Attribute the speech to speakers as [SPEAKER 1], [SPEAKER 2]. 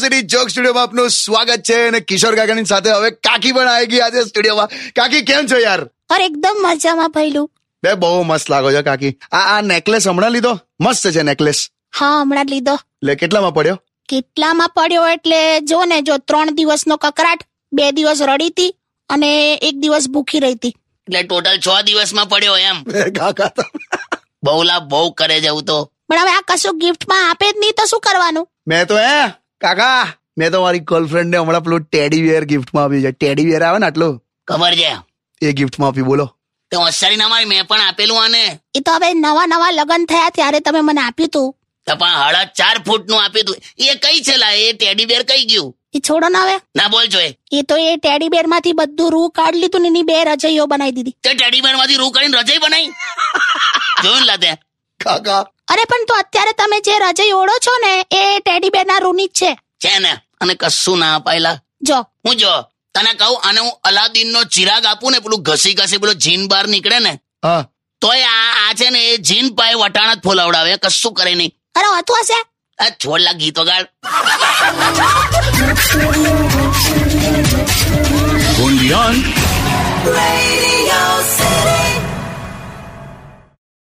[SPEAKER 1] City joke સ્ટુડિયોમાં આપનું સ્વાગત છે અને કિશોર કાકાની સાથે હવે કાકી પણ આવી ગઈ આજે સ્ટુડિયોમાં કાકી કેમ છો યાર
[SPEAKER 2] અરે એકદમ મજામાં ભયલું
[SPEAKER 1] બે બહુ મસ્ત લાગો છો કાકી આ આ નેકલેસ હમણાં લીધો મસ્ત છે નેકલેસ
[SPEAKER 2] હા હમણાં જ લીધો
[SPEAKER 1] એટલે કેટલામાં પડ્યો
[SPEAKER 2] કેટલામાં પડ્યો એટલે જો ને જો ત્રણ દિવસનો કકરાટ બે દિવસ રડી હતી અને એક દિવસ ભૂખી રહી હતી
[SPEAKER 3] એટલે ટોટલ છ દિવસમાં પડ્યો એમ
[SPEAKER 1] બે કાકા તો
[SPEAKER 3] બહુ લાભ બહુ કરે છે હું તો
[SPEAKER 2] પણ હવે આ કશું ગિફ્ટમાં આપે જ નહીં તો શું કરવાનું
[SPEAKER 1] મેં તો હે કાકા મેં તો મારી ગર્લફ્રેન્ડને હમણાં પેલું ટેડી વેર ગિફ્ટમાં આપ્યું છે ટેડી વેર આવે ને આટલું
[SPEAKER 3] ખબર છે
[SPEAKER 1] એ ગિફ્ટમાં આપ્યું બોલો
[SPEAKER 3] તે હોશિયારી ના મારી મેં પણ આપેલું આને
[SPEAKER 2] એ તો હવે નવા નવા લગ્ન થયા ત્યારે તમે મને આપ્યું હતું
[SPEAKER 3] તો પણ હળદ ચાર ફૂટ નું આપ્યું તું એ કઈ છે લા એ ટેડી બેર કઈ ગયું
[SPEAKER 2] એ છોડો ને હવે
[SPEAKER 3] ના બોલ જો એ
[SPEAKER 2] એ તો એ ટેડી બેર માંથી બધું રૂ કાઢી લીધું ને એની બે રજઈઓ બનાવી દીધી
[SPEAKER 3] તે ટેડી બેર માંથી રૂ કરીને રજાઈ બનાવી જોયું લાતે
[SPEAKER 1] કાકા
[SPEAKER 2] અરે પણ તો અત્યારે તમે જે રજઈ ઓળો છો ને એ ટેડી બેર ના રૂની જ છે
[SPEAKER 3] છે ને અને કશું ના અપાયેલા
[SPEAKER 2] જો
[SPEAKER 3] હું જો તને કહું અને હું અલાદીન નો ચિરાગ આપું ને પેલું ઘસી ઘસી પેલું જીન બહાર નીકળે ને
[SPEAKER 1] હા
[SPEAKER 3] તોય આ આ છે ને એ જીન પાય વટાણા જ ફોલાવડાવે કશું કરે નહીં
[SPEAKER 2] અરે હતું હશે
[SPEAKER 3] આ છોડલા ગીતો ગાળ
[SPEAKER 4] Undian.
[SPEAKER 5] Radio